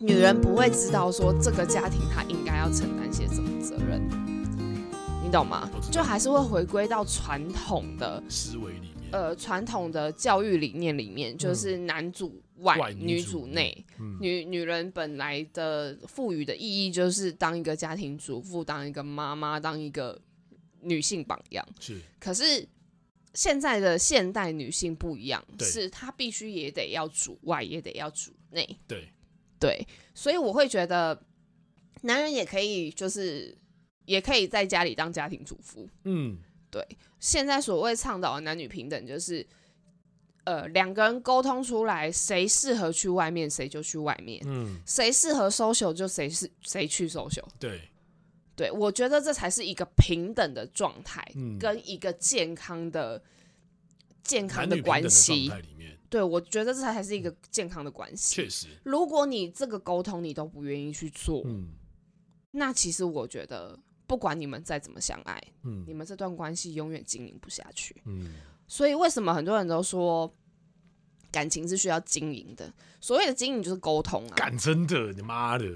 女人不会知道说这个家庭她应该要承担些什么责任，你懂吗我知？道就还是会回归到传统的思维里面，呃传统的教育理念里面，就是男主外、嗯外女女主主内。嗯，女女人本来的赋予的意义就是当一个家庭主妇，当一个妈妈，当一个女性榜样。是可是现在的现代女性不一样，对是她必须也得要主外，也得要主内。对，对，所以我会觉得男人也可以，就是也可以在家里当家庭主妇。嗯，现在所谓倡导的男女平等，就是呃两个人沟通出来，谁适合去外面，谁就去外面。嗯，谁适合 social 就谁是谁去 social，对，对我觉得这才是一个平等的状态，嗯，跟一个健康的健康男女平等关的状系态。里面，对我觉得这才是一个健康的关系。确实，如果你这个沟通你都不愿意去做，嗯那其实我觉得不管你们再怎么相爱，你嗯们这段关系永远经营不下去。嗯，所以为什么很多人都说感情是需要经营的？所谓的经营就是沟通啊，干真的，你妈的，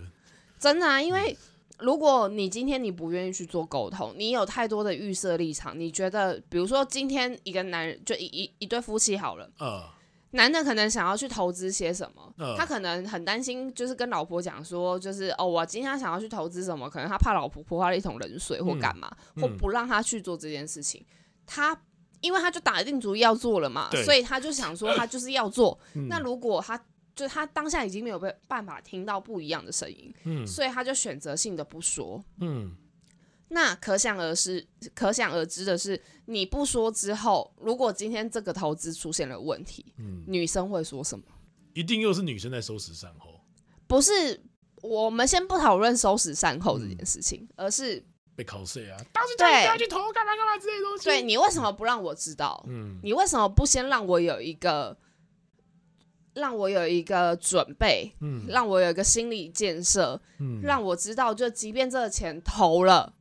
真的啊，因为如果你今天你不愿意去做沟通，你有太多的预设立场，你觉得，比如说今天一个男人就一一一对夫妻好了，呃，男的可能想要去投资些什么，嗯他可能很担心，就是跟老婆讲说，就是哦，我今天想要去投资什么，可能他怕老婆泼他一桶冷水或干嘛，嗯或不让他去做这件事情，他。因为他就打定主意要做了嘛对，所以他就想说他就是要做。嗯那如果他就他当下已经没有被办法听到不一样的声音，嗯所以他就选择性的不说。嗯，那可想而知，可想而知的是，你不说之后，如果今天这个投资出现了问题，嗯女生会说什么？一定又是女生在收拾善后，不是，我们先不讨论收拾善后这嗯件事情，而是被考碎啊，大家对不要去投干嘛干嘛之类的东西，对，你为什么不让我知道？嗯你为什么不先让我有一个，让我有一个准备，嗯让我有一个心理建设，嗯，让我知道，就即便这个钱投了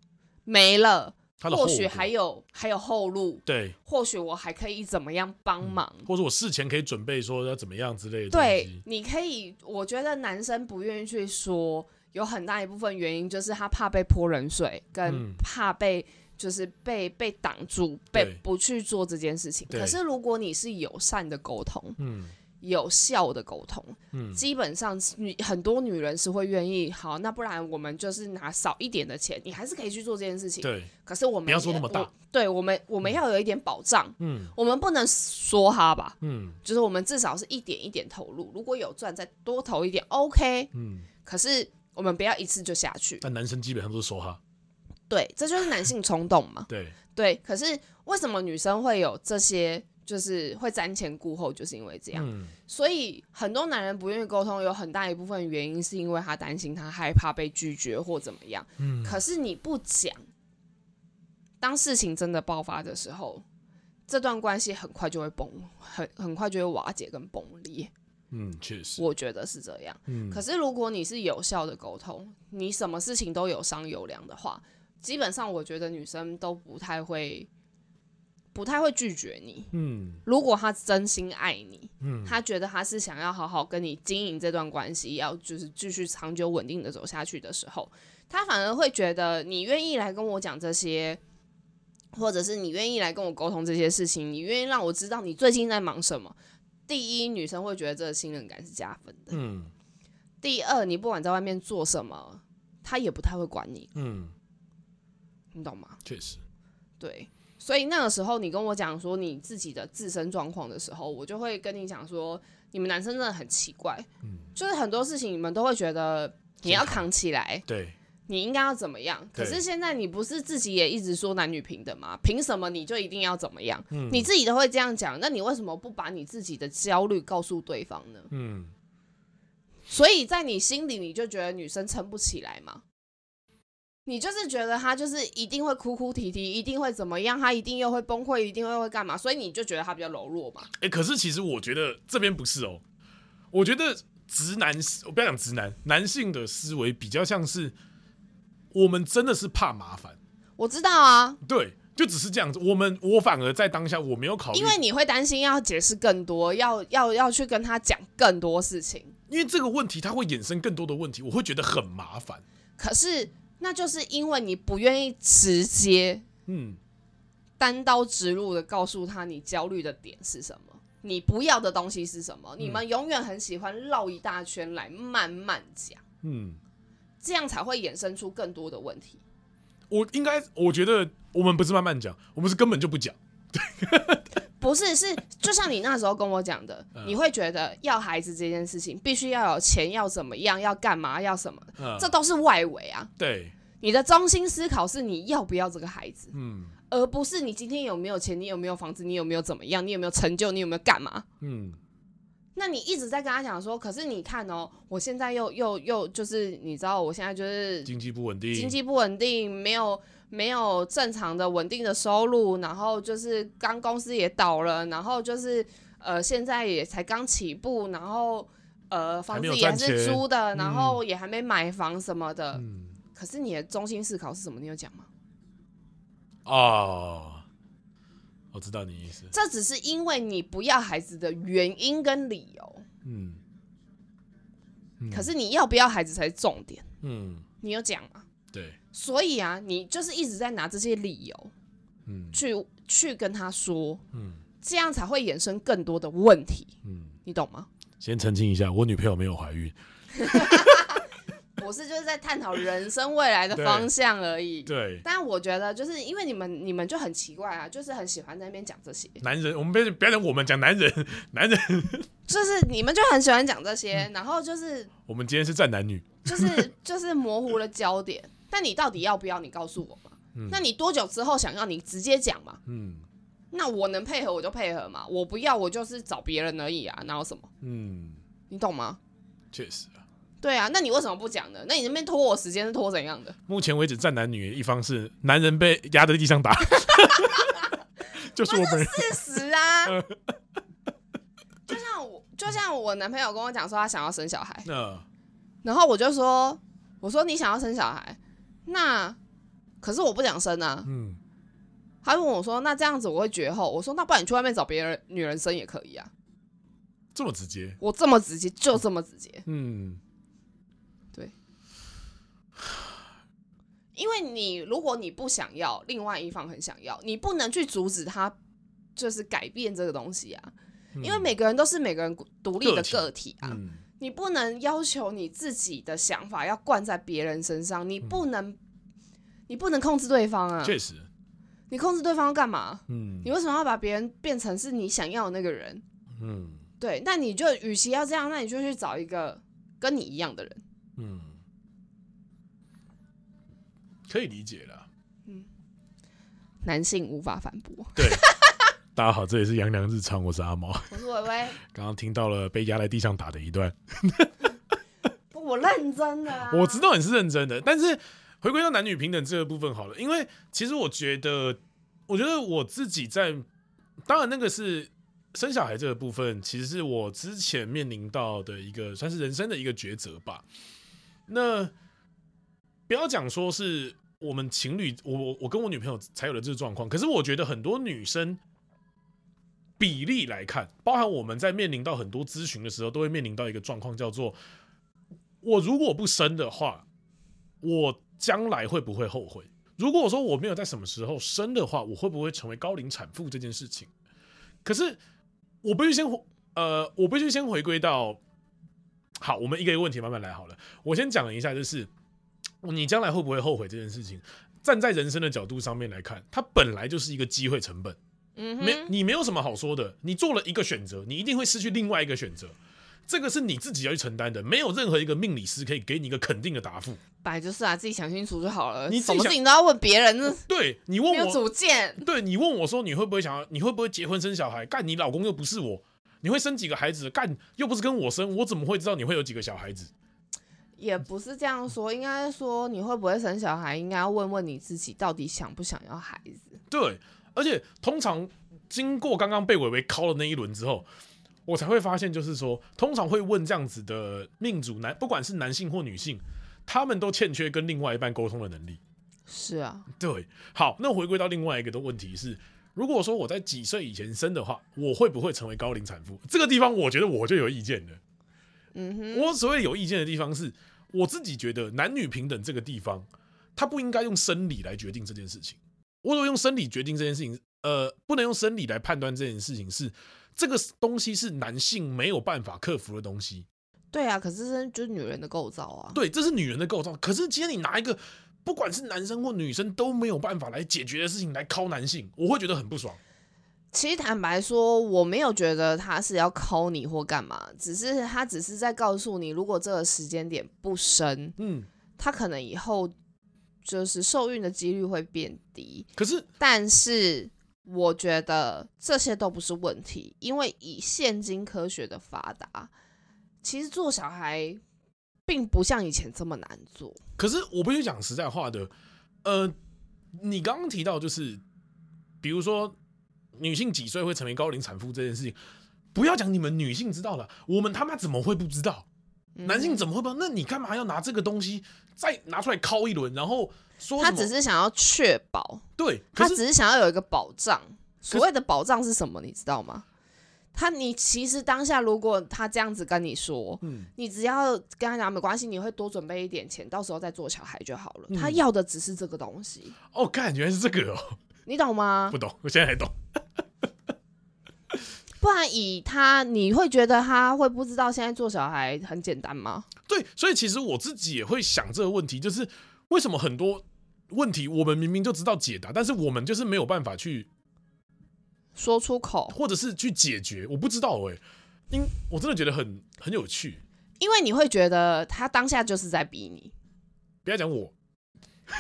没了，他的或后许果还有还有后路。对，或许我还可以怎么样嗯帮忙？或者我事前可以准备说要怎么样之类的，对，，你可以，我觉得男生不愿意去说，有很大一部分原因就是他怕被泼冷水，嗯跟怕被、就是被被挡住，对被不去做这件事情。对可是如果你是友善的沟通，嗯有效的沟通，嗯基本上女很多女人是会愿意。好，那不然我们就是拿少一点的钱，你还是可以去做这件事情。对，可是我们不要说也那么大我对我们我们要有一点保障，嗯我们不能说哈吧。嗯就是我们至少是一点一点投入，如果有赚再多投一点，OK。嗯，可是我们不要一次就下去，但男生基本上都是收哈，。对，这就是男性冲动嘛对，对，可是为什么女生会有这些，就是会瞻前顾后，就是因为这样。嗯所以很多男人不愿意沟通，有很大一部分原因是因为他担心他害怕被拒绝或怎么样。嗯，可是你不讲，当事情真的爆发的时候，这段关系很快就会崩，很很快就会瓦解跟崩裂。嗯，确实，我觉得是这样。嗯可是如果你是有效的沟通，你什么事情都有商有量的话，基本上我觉得女生都不太会，不太会拒绝你。嗯如果她真心爱你，嗯，她觉得她是想要好好跟你经营这段关系，要就是继续长久稳定的走下去的时候，她反而会觉得你愿意来跟我讲这些。或者是你愿意来跟我沟通这些事情，你愿意让我知道你最近在忙什么。第一，女生会觉得这个信任感是加分的。嗯第二，你不管在外面做什么，他也不太会管你，嗯，你懂吗？确实，对，所以那个时候你跟我讲说你自己的自身状况的时候，我就会跟你讲说，你们男生真的很奇怪，嗯，就是很多事情你们都会觉得你要扛起来，对，你应该要怎么样。可对是现在你不是自己也一直说男女平等吗？凭什么你就一定要怎么样？嗯你自己都会这样讲，那你为什么不把你自己的焦虑告诉对方呢？嗯，所以在你心里，你就觉得女生撑不起来嘛？你就是觉得她就是一定会哭哭啼啼，一定会怎么样，她一定又会崩溃，一定又会干嘛，所以你就觉得她比较柔弱嘛？哎，可是其实我觉得这边不是哦，我觉得直男，我不要讲直男，男性的思维比较像是我们真的是怕麻烦，我知道啊，对，就只是这样子。我们我反而在当下我没有考虑，因为你会担心要解释更多，要要要去跟他讲更多事情。因为这个问题它会衍生更多的问题，我会觉得很麻烦。可是那就是因为你不愿意直接嗯，单刀直入的告诉他你焦虑的点是什么，你不要的东西是什么。你们永远很喜欢绕一大圈来慢慢讲，嗯，这样才会衍生出更多的问题。我应该我觉得我们不是慢慢讲，我们是根本就不讲。不是，是就像你那时候跟我讲的，你会觉得要孩子这件事情必须要有钱，要怎么样，要干嘛，要什么，嗯，这都是外围啊。对，你的中心思考是你要不要这个孩子，嗯而不是你今天有没有钱，你有没有房子，你有没有怎么样，你有没有成就，你有没有干嘛。嗯那你一直在跟他讲说，可是你看哦，我现在又又又就是你知道，我现在就是经济不稳定，经济不稳定，没有没有正常的稳定的收入，然后就是刚公司也倒了，然后就是呃现在也才刚起步，然后呃还房子没有也还赚钱是租的，然嗯后也还没买房什么的。嗯可是你的中心思考是什么？你有讲吗？哦，我知道你意思。这只是因为你不要孩子的原因跟理由。嗯可是你要不要孩子才是重点，嗯，你有讲吗？对，所以啊，你就是一直在拿这些理由嗯去去跟他说，嗯这样才会衍生更多的问题，嗯，你懂吗？先澄清一下，我女朋友没有怀孕。我是就是在探讨人生未来的方向而已。对，但我觉得就是因为你们你们就很奇怪啊，就是很喜欢在那边讲这些，男人，我们不要不要讲我们，讲男人， 男人，就是你们就很喜欢讲这些，然后就是我们今天是站男女。就是 就是模糊了焦点。但你到底要不要？你告诉我嘛。那你多久之后想要？你直接讲嘛。嗯那我能配合我就配合嘛，我不要我就是找别人而已啊，哪有什么？嗯，你懂吗？确实啊。对啊，那你为什么不讲呢？那你那边拖我时间是拖怎样的？目前为止，站男女一方是男人被压在地上打， 就是我本人。事实啊， 就像我就像我男朋友跟我讲说他想要生小孩，那然后我就说我说你想要生小孩，那可是我不想生啊。嗯他问我说那这样子我会绝后，我说那不然你去外面找别人女人生也可以啊。这么直接，我这么直接就这么直接，嗯因为你如果你不想要，另外一方很想要，你不能去阻止他，就是改变这个东西啊。嗯因为每个人都是每个人独立的个体个体啊，嗯你不能要求你自己的想法要灌在别人身上，你不能，你不能控制对方啊！嗯确实，你控制对方要干嘛？嗯你为什么要把别人变成是你想要的那个人？嗯对，那你就与其要这样，那你就去找一个跟你一样的人。嗯，可以理解啦。男性无法反驳。大家好，这里是杨良日常，我是阿毛。 我说微微，刚刚听到了被压在地上打的一段，我认真的、啊。我知道你是认真的，但是回归到男女平等这个部分好了，因为其实我觉得，我觉得我自己在，当然那个是生小孩这个部分，其实是我之前面临到的一个算是人生的一个抉择吧。那不要讲说是我们情侣，我我我跟我女朋友才有的这个状况，可是我觉得很多女生。比例来看，包含我们在面临到很多咨询的时候，都会面临到一个状况，叫做我如果不生的话，我将来会不会后悔？如果我说我没有在什么时候生的话，我会不会成为高龄产妇这件事情？可是我必须先回呃，我必须先回归到，好，我们一个一个问题慢慢来好了。我先讲一下，就是嗯你将来会不会后悔这件事情？站在人生的角度上面来看，它本来就是一个机会成本。嗯没哼，你没有什么好说的，你做了一个选择，你一定会失去另外一个选择，这个是你自己要去承担的，没有任何一个命理师可以给你一个肯定的答复。本来就是啊，自己想清楚就好了。你自己什么想事情都要问别人，那对你没问有我，主见。对你问我说你会不会想要，你会不会结婚生小孩？干，你老公又不是我，你会生几个孩子？干，又不是跟我生，我怎么会知道你会有几个小孩子？也不是这样说，应该说你会不会生小孩，应该要问问你自己到底想不想要孩子。对，而且通常经过刚刚被伟伟敲的那一轮之后，我才会发现，就是说，通常会问这样子的命主男，不管是男性或女性，他们都欠缺跟另外一半沟通的能力。是啊，对，好，那回归到另外一个的问题是，如果说我在几岁以前生的话，我会不会成为高龄产妇？这个地方我觉得我就有意见了。嗯哼，我所谓有意见的地方是，我自己觉得男女平等这个地方，它不应该用生理来决定这件事情。我如果用生理决定这件事情，呃，不能用生理来判断这件事情是这个东西是男性没有办法克服的东西。对啊，可是这就是女人的构造啊。对，这是女人的构造。可是今天你拿一个不管是男生或女生都没有办法来解决的事情来敲男性，我会觉得很不爽。其实坦白说，我没有觉得他是要抠你或干嘛，只是他只是在告诉你，如果这个时间点不生，嗯，他可能以后就是受孕的几率会变低。可是但是我觉得这些都不是问题，因为以现今科学的发达，其实做小孩并不像以前这么难做。可是我必须讲实在话的，呃，你刚刚提到就是，比如说女性几岁会成为高龄产妇这件事情，不要讲你们女性知道了，我们他妈怎么会不知道？嗯男性怎么会不知道？那你干嘛要拿这个东西再拿出来敲一轮，然后说他什么只是想要确保对，可他是只是想要有一个保障。是所谓的保障是什么，你知道吗？他，你其实当下如果他这样子跟你说，嗯你只要跟他讲没关系，你会多准备一点钱，到时候再做小孩就好了。嗯他要的只是这个东西，哦，干原来是这个哦，你懂吗不？懂，我现在才懂。不然以他，你会觉得他会不知道现在做小孩很简单吗？对，所以其实我自己也会想这个问题，就是为什么很多问题我们明明就知道解答，但是我们就是没有办法去说出口，或者是去解决，我不知道哎、因我真的觉得很很有趣。因为你会觉得他当下就是在逼你。不要讲我，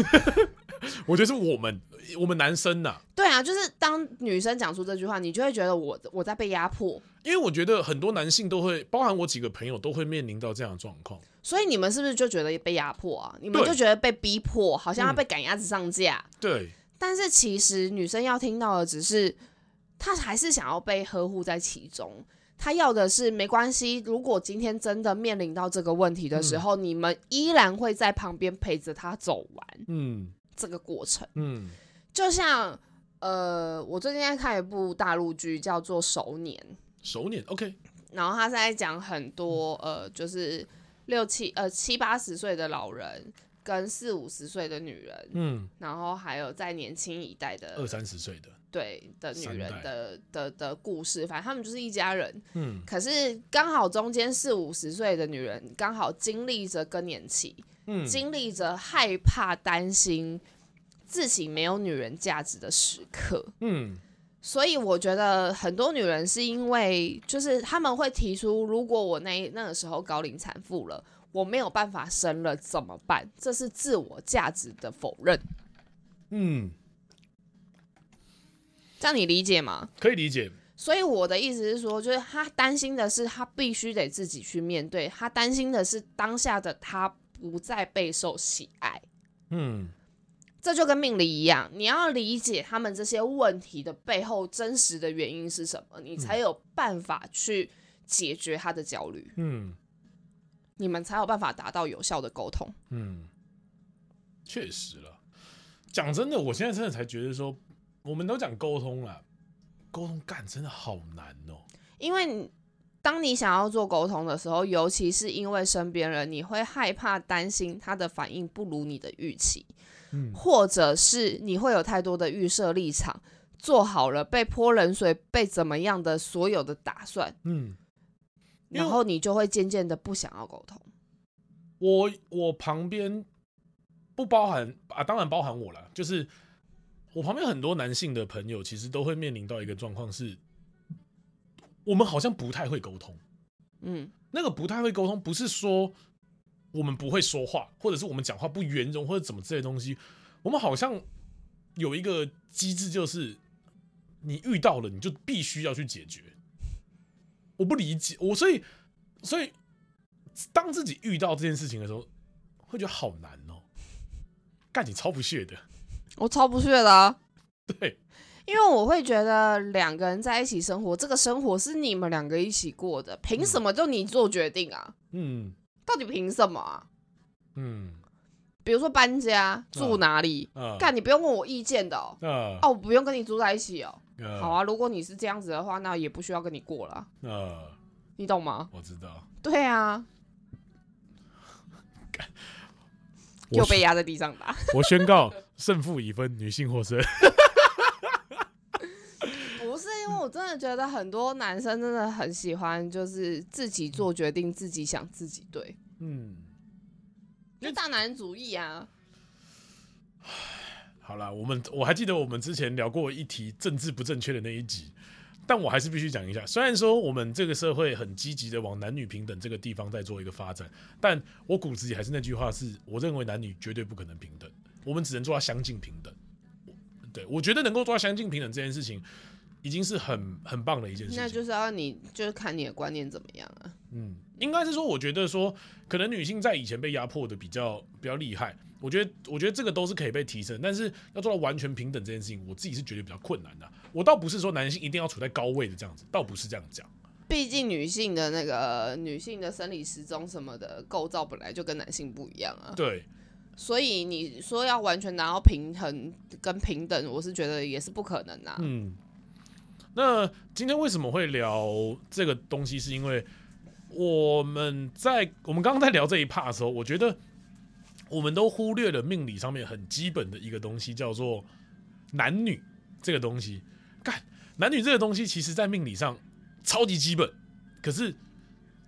我觉得是我们我们男生呐、对啊，就是当女生讲出这句话，你就会觉得我我在被压迫，因为我觉得很多男性都会，包含我几个朋友都会面临到这样的状况。所以你们是不是就觉得被压迫啊？你们对就觉得被逼迫，好像要被赶鸭子上架。对，但是其实女生要听到的只是，她还是想要被呵护在其中。她要的是没关系，如果今天真的面临到这个问题的时候，你们依然会在旁边陪着她走完嗯这个过程。嗯就像呃，我最近在看一部大陆剧，叫做《熟年》。熟年 OK，然后他是在讲很多呃，就是六七呃七八十岁的老人跟四五十岁的女人，嗯，然后还有在年轻一代的二三十岁的，对的女三人代的的的故事，反正他们就是一家人。嗯可是刚好中间四五十岁的女人刚好经历着更年期，嗯经历着害怕、担心自己没有女人价值的时刻。嗯所以我觉得很多女人是因为，就是她们会提出，如果我那那个时候高龄产妇了，我没有办法生了怎么办？这是自我价值的否认，嗯，这样你理解吗？可以理解。所以我的意思是说，就是她担心的是，她必须得自己去面对，她担心的是当下的她不再备受喜爱。嗯，这就跟命理一样，你要理解他们这些问题的背后真实的原因是什么，你才有办法去解决他的焦虑，嗯你们才有办法达到有效的沟通。嗯，确实了。讲真的，我现在真的才觉得说，我们都讲沟通了，沟通干真的好难哦、因为你当你想要做沟通的时候，尤其是因为身边人，你会害怕、担心他的反应不如你的预期，嗯或者是你会有太多的预设立场，做好了被泼冷水、被怎么样的所有的打算，嗯，因为然后你就会渐渐的不想要沟通。我我旁边不包含啊，当然包含我了，就是我旁边很多男性的朋友，其实都会面临到一个状况是，我们好像不太会沟通。嗯。那个不太会沟通，不是说我们不会说话，或者是我们讲话不圆融，或者怎么这些东西，我们好像有一个机制，就是你遇到了，你就必须要去解决。我不理解，我所以所以当自己遇到这件事情的时候，会觉得好难哦、干你超不屑的，我超不屑的、啊，对，因为我会觉得两个人在一起生活，这个生活是你们两个一起过的，凭什么就你做决定啊？嗯到底凭什么啊？嗯比比如说搬家住哪里，嗯干、你不用问我意见的哦。嗯哦，我不用跟你住在一起哦。嗯好啊，如果你是这样子的话，那也不需要跟你过了，嗯，你懂吗？我知道，对啊，我又被压在地上打。我宣告胜负已分，女性获胜。 不是因为我真的觉得很多男生真的很喜欢，就是自己做决定，自己想，自己对，嗯，就大男人主义啊。好啦，我们我还记得我们之前聊过一题政治不正确的那一集，但我还是必须讲一下。虽然说我们这个社会很积极的往男女平等这个地方在做一个发展，但我骨子里还是那句话是，我认为男女绝对不可能平等，我们只能做到相近平等。我对我觉得能够做到相近平等这件事情，已经是很很棒的一件事情。那就是要你，就是看你的观念怎么样啊。嗯，应该是说，我觉得说，可能女性在以前被压迫的比较比较厉害，我觉得，我觉得这个都是可以被提升，但是要做到完全平等这件事情，我自己是觉得比较困难的、啊我倒不是说男性一定要处在高位的这样子，倒不是这样讲。毕竟女性的那个女性的生理时钟什么的构造本来就跟男性不一样啊，对，所以你说要完全拿到平衡跟平等，我是觉得也是不可能啊。嗯，那今天为什么会聊这个东西？是因为我们在我们刚刚在聊这一趴的时候，我觉得我们都忽略了命理上面很基本的一个东西，叫做男女这个东西。干，男女这个东西，其实在命理上超级基本，可是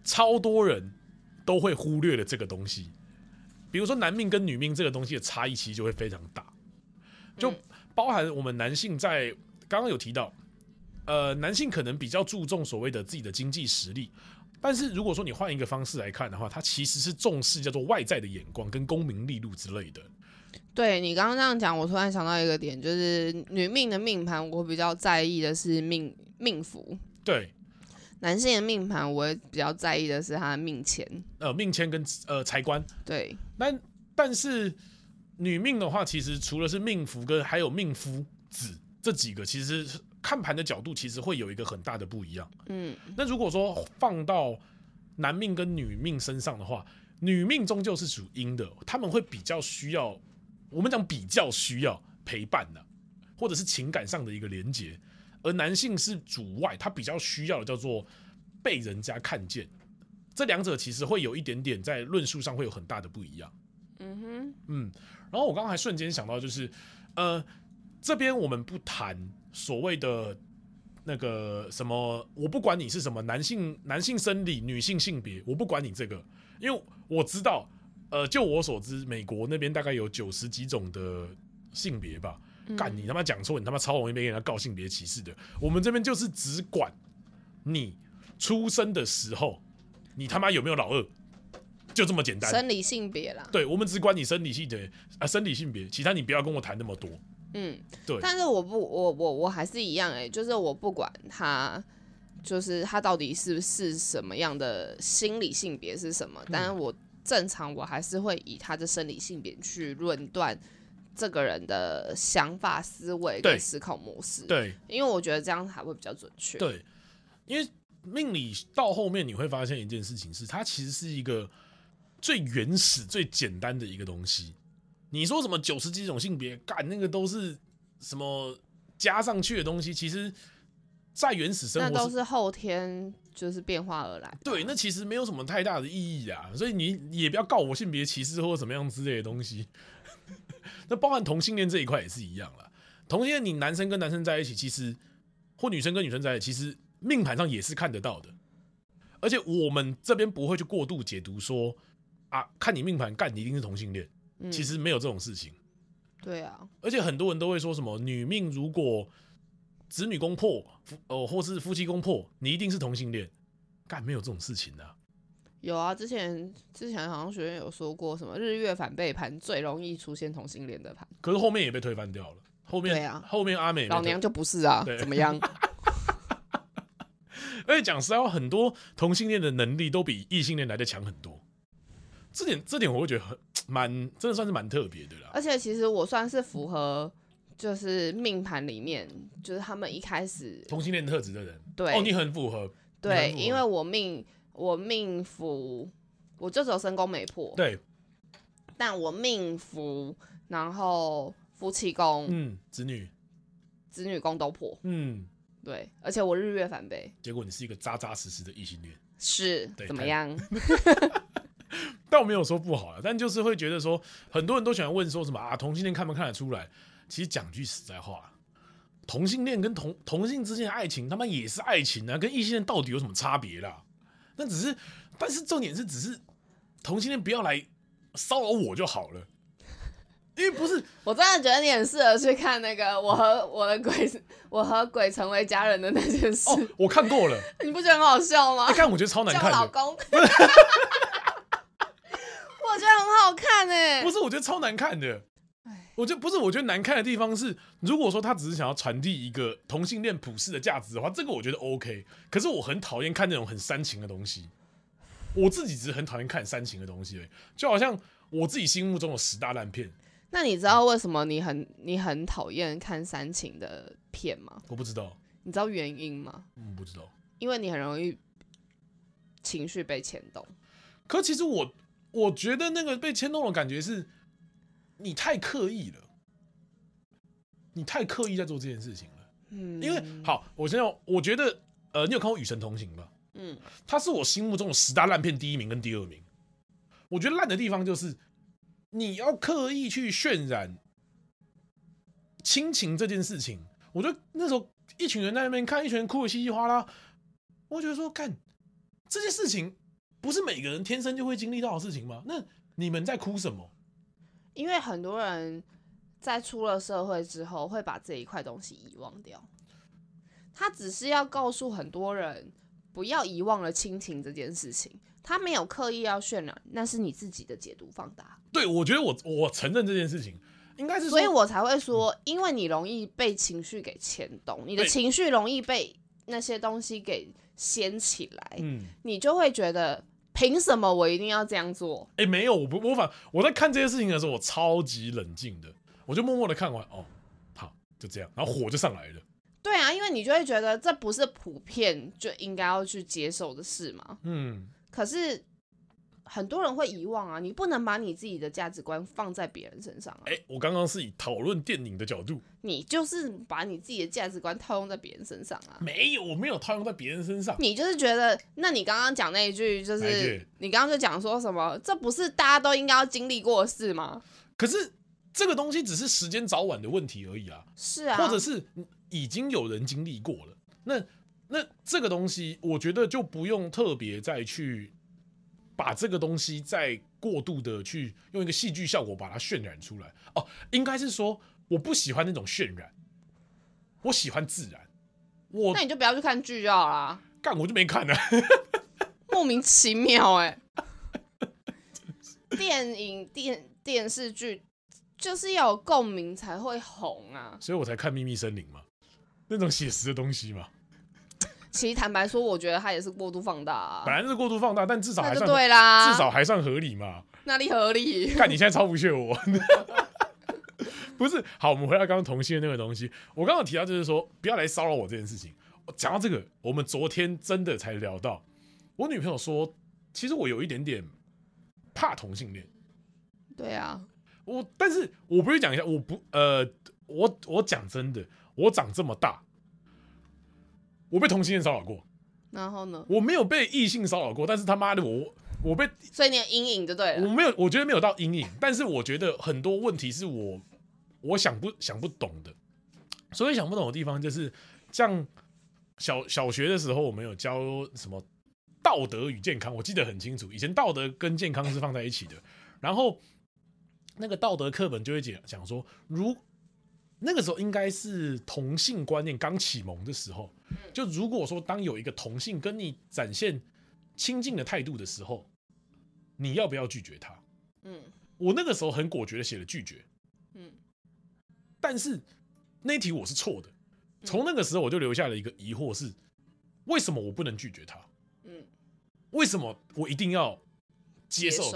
超多人都会忽略了这个东西。比如说男命跟女命这个东西的差异，其实就会非常大，就嗯包含我们男性在刚刚有提到，呃，男性可能比较注重所谓的自己的经济实力，但是如果说你换一个方式来看的话，他其实是重视叫做外在的眼光跟功名利禄之类的。对你刚刚这样讲，我突然想到一个点，就是女命的命盘，我比较在意的是命命符，对，男性的命盘，我会比较在意的是他的命钱。呃，命签跟呃财官，对，但但是女命的话，其实除了是命符跟还有命夫子这几个，其实是看盘的角度其实会有一个很大的不一样。嗯，那如果说放到男命跟女命身上的话，女命终究是属阴的，他们会比较需要，我们讲比较需要陪伴的、或者是情感上的一个连接，而男性是主外，他比较需要的叫做被人家看见。这两者其实会有一点点在论述上会有很大的不一样。嗯哼，嗯，然后我刚刚还瞬间想到，就是呃，这边我们不谈所谓的那个什么，我不管你是什么男性男性生理、女性性别，我不管你这个，因为我知道，呃，就我所知，美国那边大概有九十几种的性别吧。干你他妈讲错，你他妈超容易被人家告性别歧视的。我们这边就是只管你出生的时候，你他妈有没有老二，就这么简单。生理性别啦。对，我们只管你生理性别啊，生理性别，其他你不要跟我谈那么多。嗯，对但是我不，我我我还是一样哎、就是我不管他，就是他到底是是什么样的心理性别是什么，嗯但是我正常我还是会以他的生理性别去论断这个人的想法、思维对跟思考模式。，对因为我觉得这样才会比较准确。对，因为命理到后面你会发现一件事情是，它其实是一个最原始、最简单的一个东西。你说什么九十几种性别，干那个都是什么加上去的东西，其实，在原始生那活都是后天就是变化而来的。对，那其实没有什么太大的意义啊，所以你也不要告我性别歧视或者怎么样之类的东西。 那包含同性恋这一块也是一样啦。同性恋，你男生跟男生在一起，其实或女生跟女生在一起，其实命盘上也是看得到的。而且我们这边不会去过度解读说啊，看你命盘，干你一定是同性恋，嗯其实没有这种事情。对啊，而且很多人都会说什么女命如果子女攻破，夫呃或是夫妻攻破，你一定是同性恋，干没有这种事情的、啊。有啊，之前之前好像学院有说过什么日月反背盘最容易出现同性恋的盘，可是后面也被推翻掉了。后面对啊后面阿美也被推老娘就不是啊对，怎么 样？而且讲实在话，很多同性恋的能力都比异性恋来的强很多。这点这点我会觉得很蛮，真的算是蛮特别的啦。而且其实我算是符合，就是命盘里面，就是他们一开始同性恋特质的人，对、哦，你很符合，对，符合因为我命我命符，我就只有身宫没破，对，但我命符，然后夫妻宫、嗯，子女，子女宫都破，嗯，对，而且我日月反背结果你是一个扎扎实实的异性恋，是对怎么太 样？但我没有说不好啊，但就是会觉得说，很多人都喜欢问说什么啊，同性恋看不看得出来？其实讲句实在话，同性恋跟同同性之间的爱情，他妈也是爱情啊，跟异性恋到底有什么差别啦？那只是，但是重点是，只是同性恋不要来骚扰我就好了，因为不是哦我真的觉得你很适合去看那个《我和我的鬼》，我和鬼成为家人的那件事，哦，我看过了，啊你不觉得很好笑吗？看我觉得超难叫我看老的， 公，我觉得很好看哎、不是我觉得超难看的唉。我觉得不是，我觉得难看的地方是，如果说他只是想要传递一个同性恋普世的价值的话，这个我觉得 OK。可是我很讨厌看那种很煽情的东西，我自己只是很讨厌看煽情的东西而已，就好像我自己心目中有十大烂片，那你知道为什么你很你很讨厌看煽情的片吗？我不知道，你知道原因吗？嗯，不知道。因为你很容易情绪被牵动。可其实我我觉得那个被牵动的感觉是，你太刻意了，你太刻意在做这件事情了。嗯，因为好，我先要，我觉得呃，你有看过《与神同行》吧？嗯，它是我心目中的十大烂片第一名跟第二名。我觉得烂的地方就是你要刻意去渲染亲情这件事情。我觉得那时候一群人在那边看，一群人哭的稀里哗啦，我觉得说，干这件事情不是每个人天生就会经历到的事情吗？那你们在哭什么？因为很多人在出了社会之后，会把这一块东西遗忘掉。他只是要告诉很多人，不要遗忘了亲情这件事情。他没有刻意要渲染，那是你自己的解读放大。对我觉得我我承认这件事情，应该是所以说，嗯我才会说，因为你容易被情绪给牵动，你的对情绪容易被那些东西给掀起来，嗯。你就会觉得凭什么我一定要这样做？哎、没有，我不，我反我在看这些事情的时候，我超级冷静的，我就默默的看完，哦，好，就这样，然后火就上来了，对啊，因为你就会觉得这不是普遍就应该要去接受的事嘛。嗯，可是很多人会遗忘啊，你不能把你自己的价值观放在别人身上啊哎、，我刚刚是以讨论电影的角度，你就是把你自己的价值观套用在别人身上啊。没有，我没有套用在别人身上，你就是觉得，那你刚刚讲那一句，就哪一是句你刚刚就讲说什么？这不是大家都应该要经历过的事吗？可是这个东西只是时间早晚的问题而已啊，是啊，或者是已经有人经历过了，那那这个东西，我觉得就不用特别再去把这个东西再过度的去用一个戏剧效果把它渲染出来。哦，应该是说我不喜欢那种渲染，我喜欢自然。我那你就不要去看剧就好啦，干我就没看了，啊莫名其妙哎、电影、电电视剧就是要有共鸣才会红啊。所以我才看《秘密森林》嘛，那种写实的东西嘛，其实坦白说，我觉得它也是过度放大、啊本，来是过度放大，但至少那还就算对啊啦，至少还算合理嘛。哪里合 理？看你现在超不屑我， 不是？好，我们回到刚刚同性恋那个东西，我刚刚有提到就是说不要来骚扰我这件事情。讲到这个，我们昨天真的才聊到，我女朋友说，其实我有一点点怕同性恋，对啊，我但是我不是讲一下，我不呃，我我讲真的，我长这么大，我被同性恋骚扰过，然后呢？我没有被异性骚扰过，但是他妈的我我被所以你的阴影就对我了。没有，我觉得没有到阴影，但是我觉得很多问题是我我想不想不懂的，所以想不懂的地方就是，像小小学的时候，我们有教什么道德与健康，我记得很清楚，以前道德跟健康是放在一起的，然后那个道德课本就会讲讲说，如那个时候应该是同性观念刚启蒙的时候，就如果说当有一个同性跟你展现亲近的态度的时候，你要不要拒绝他？嗯我那个时候很果决的写了拒绝，嗯，但是那一题我是错的。从那个时候我就留下了一个疑惑是：为什么我不能拒绝他？嗯，为什么我一定要接受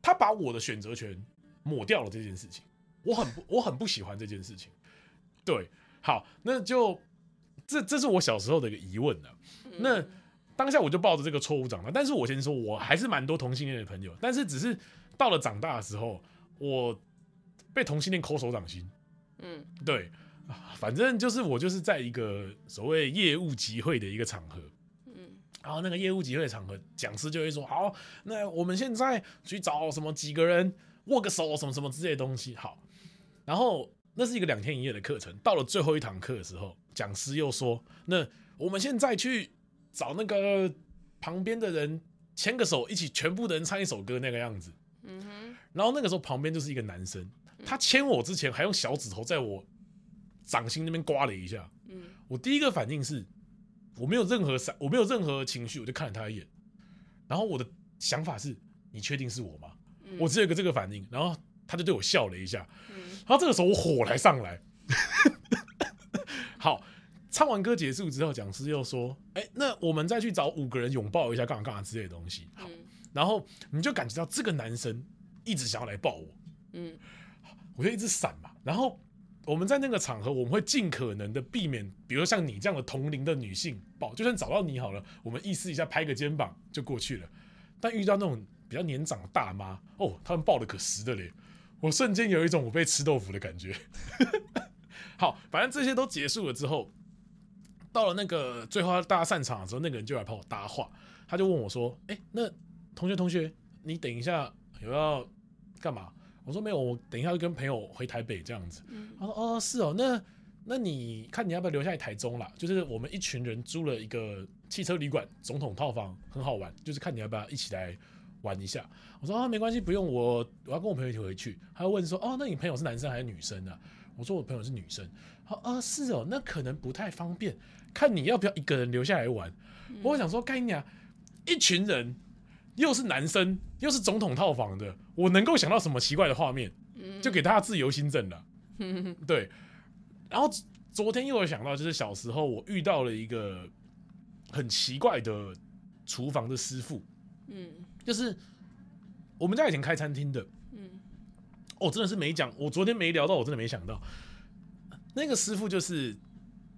他？他把我的选择权抹掉了这件事情，我很不我很不喜欢这件事情。对，好，那就这这是我小时候的一个疑问啊呢、那当下我就抱着这个错误长大，但是我先说，我还是蛮多同性恋的朋友，但是只是到了长大的时候，我被同性恋抠手掌心。嗯对，啊反正就是我就是在一个所谓业务集会的一个场合，嗯然后那个业务集会场合，讲师就会说：“好，那我们现在去找什么几个人握个手，什么什么之类的东西。”好，然后那是一个两天一夜的课程。到了最后一堂课的时候，讲师又说：“那我们现在去找那个旁边的人牵个手，一起全部的人唱一首歌那个样子。”嗯哼，然后那个时候旁边就是一个男生，他牵我之前还用小指头在我掌心那边刮了一下。嗯我第一个反应是，我没有任何闪，我没有任何情绪，我就看了他一眼。然后我的想法是，你确定是我吗？嗯我只有一个这个反应。然后他就对我笑了一下。嗯然后这个时候我火来上来。 好，唱完歌结束之后，讲师又说：“哎、那我们再去找五个人拥抱一下，干嘛干嘛之类的东西。”好，嗯然后你就感觉到这个男生一直想要来抱我。嗯我就一直闪嘛。然后我们在那个场合，我们会尽可能的避免，比如像你这样的同龄的女性抱，就算找到你好了，我们意思一下，拍个肩膀就过去了。但遇到那种比较年长的大妈，哦，他们抱的可实的嘞，我瞬间有一种我被吃豆腐的感觉。 好，反正这些都结束了之后，到了那个最后大家散场的时候，那个人就来帮我搭话，他就问我说：“哎、那同学同学，你等一下有要干嘛？”我说：“没有，我等一下就跟朋友回台北这样子。”嗯他说：“哦，是哦，那那你看你要不要留下来台中啦？就是我们一群人租了一个汽车旅馆，总统套房，很好玩，就是看你要不要一起来玩一下。”我说：“啊，没关系，不用，我我要跟我朋友一起回去。”他就问说：“哦，那你朋友是男生还是女生啊？”我说：“我朋友是女生。”他说：“啊，是哦，那可能不太方便，看你要不要一个人留下来玩。我想说，干你娘，一群人。又是男生，又是总统套房的，我能够想到什么奇怪的画面，嗯就给大家自由心证了。嗯对，然后昨昨天又有想到，就是小时候我遇到了一个很奇怪的厨房的师傅，嗯就是我们家以前开餐厅的，嗯哦，真的是没讲，我昨天没聊到，我真的没想到，那个师傅就是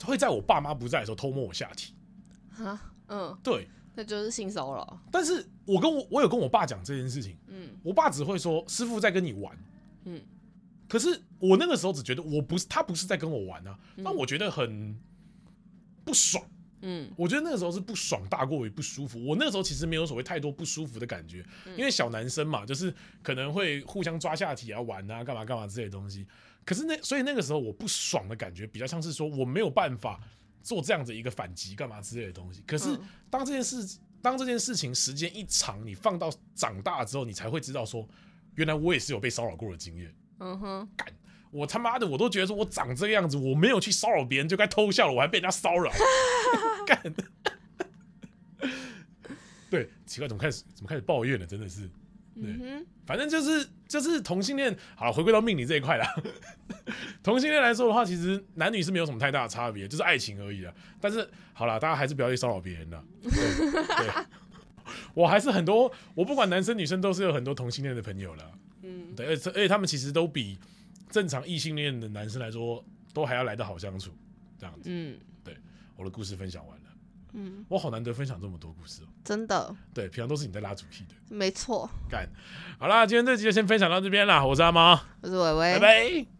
会在我爸妈不在的时候偷摸我下体，哈嗯，对，那就是性骚扰。但是我跟我我有跟我爸讲这件事情，嗯我爸只会说师傅在跟你玩，嗯可是我那个时候只觉得我不是他不是在跟我玩啊，那嗯我觉得很不爽。嗯我觉得那个时候是不爽大过于不舒服。我那时候其实没有所谓太多不舒服的感觉，嗯因为小男生嘛，就是可能会互相抓下体啊、玩啊、干嘛干嘛之类的东西。可是那所以那个时候我不爽的感觉，比较像是说我没有办法做这样子一个反击干嘛之类的东西。可是嗯当这件事当这件事情时间一长，你放到长大之后，你才会知道说，原来我也是有被骚扰过的经验。嗯哼，我他妈的，我都觉得说我长这个样子，我没有去骚扰别人就该偷笑了，我还被人家骚扰， 干。 对，奇怪，怎么开始怎么开始抱怨了？真的是，嗯哼，反正就是就是同性恋。好了，回归到命理这一块啦。 同性恋来说的话，其实男女是没有什么太大的差别，就是爱情而已啊。但是好了，大家还是不要去骚扰别人了。对，对 我还是很多，我不管男生女生都是有很多同性恋的朋友了。嗯对，而且而且他们其实都比正常异性恋的男生来说，都还要来得好相处。这样子，嗯我的故事分享完了，嗯，我好难得分享这么多故事哦。真的对，平常都是你在拉主题的，没错。干。好啦，今天这集就先分享到这边啦，我是阿猫，我是伟伟，拜拜。啊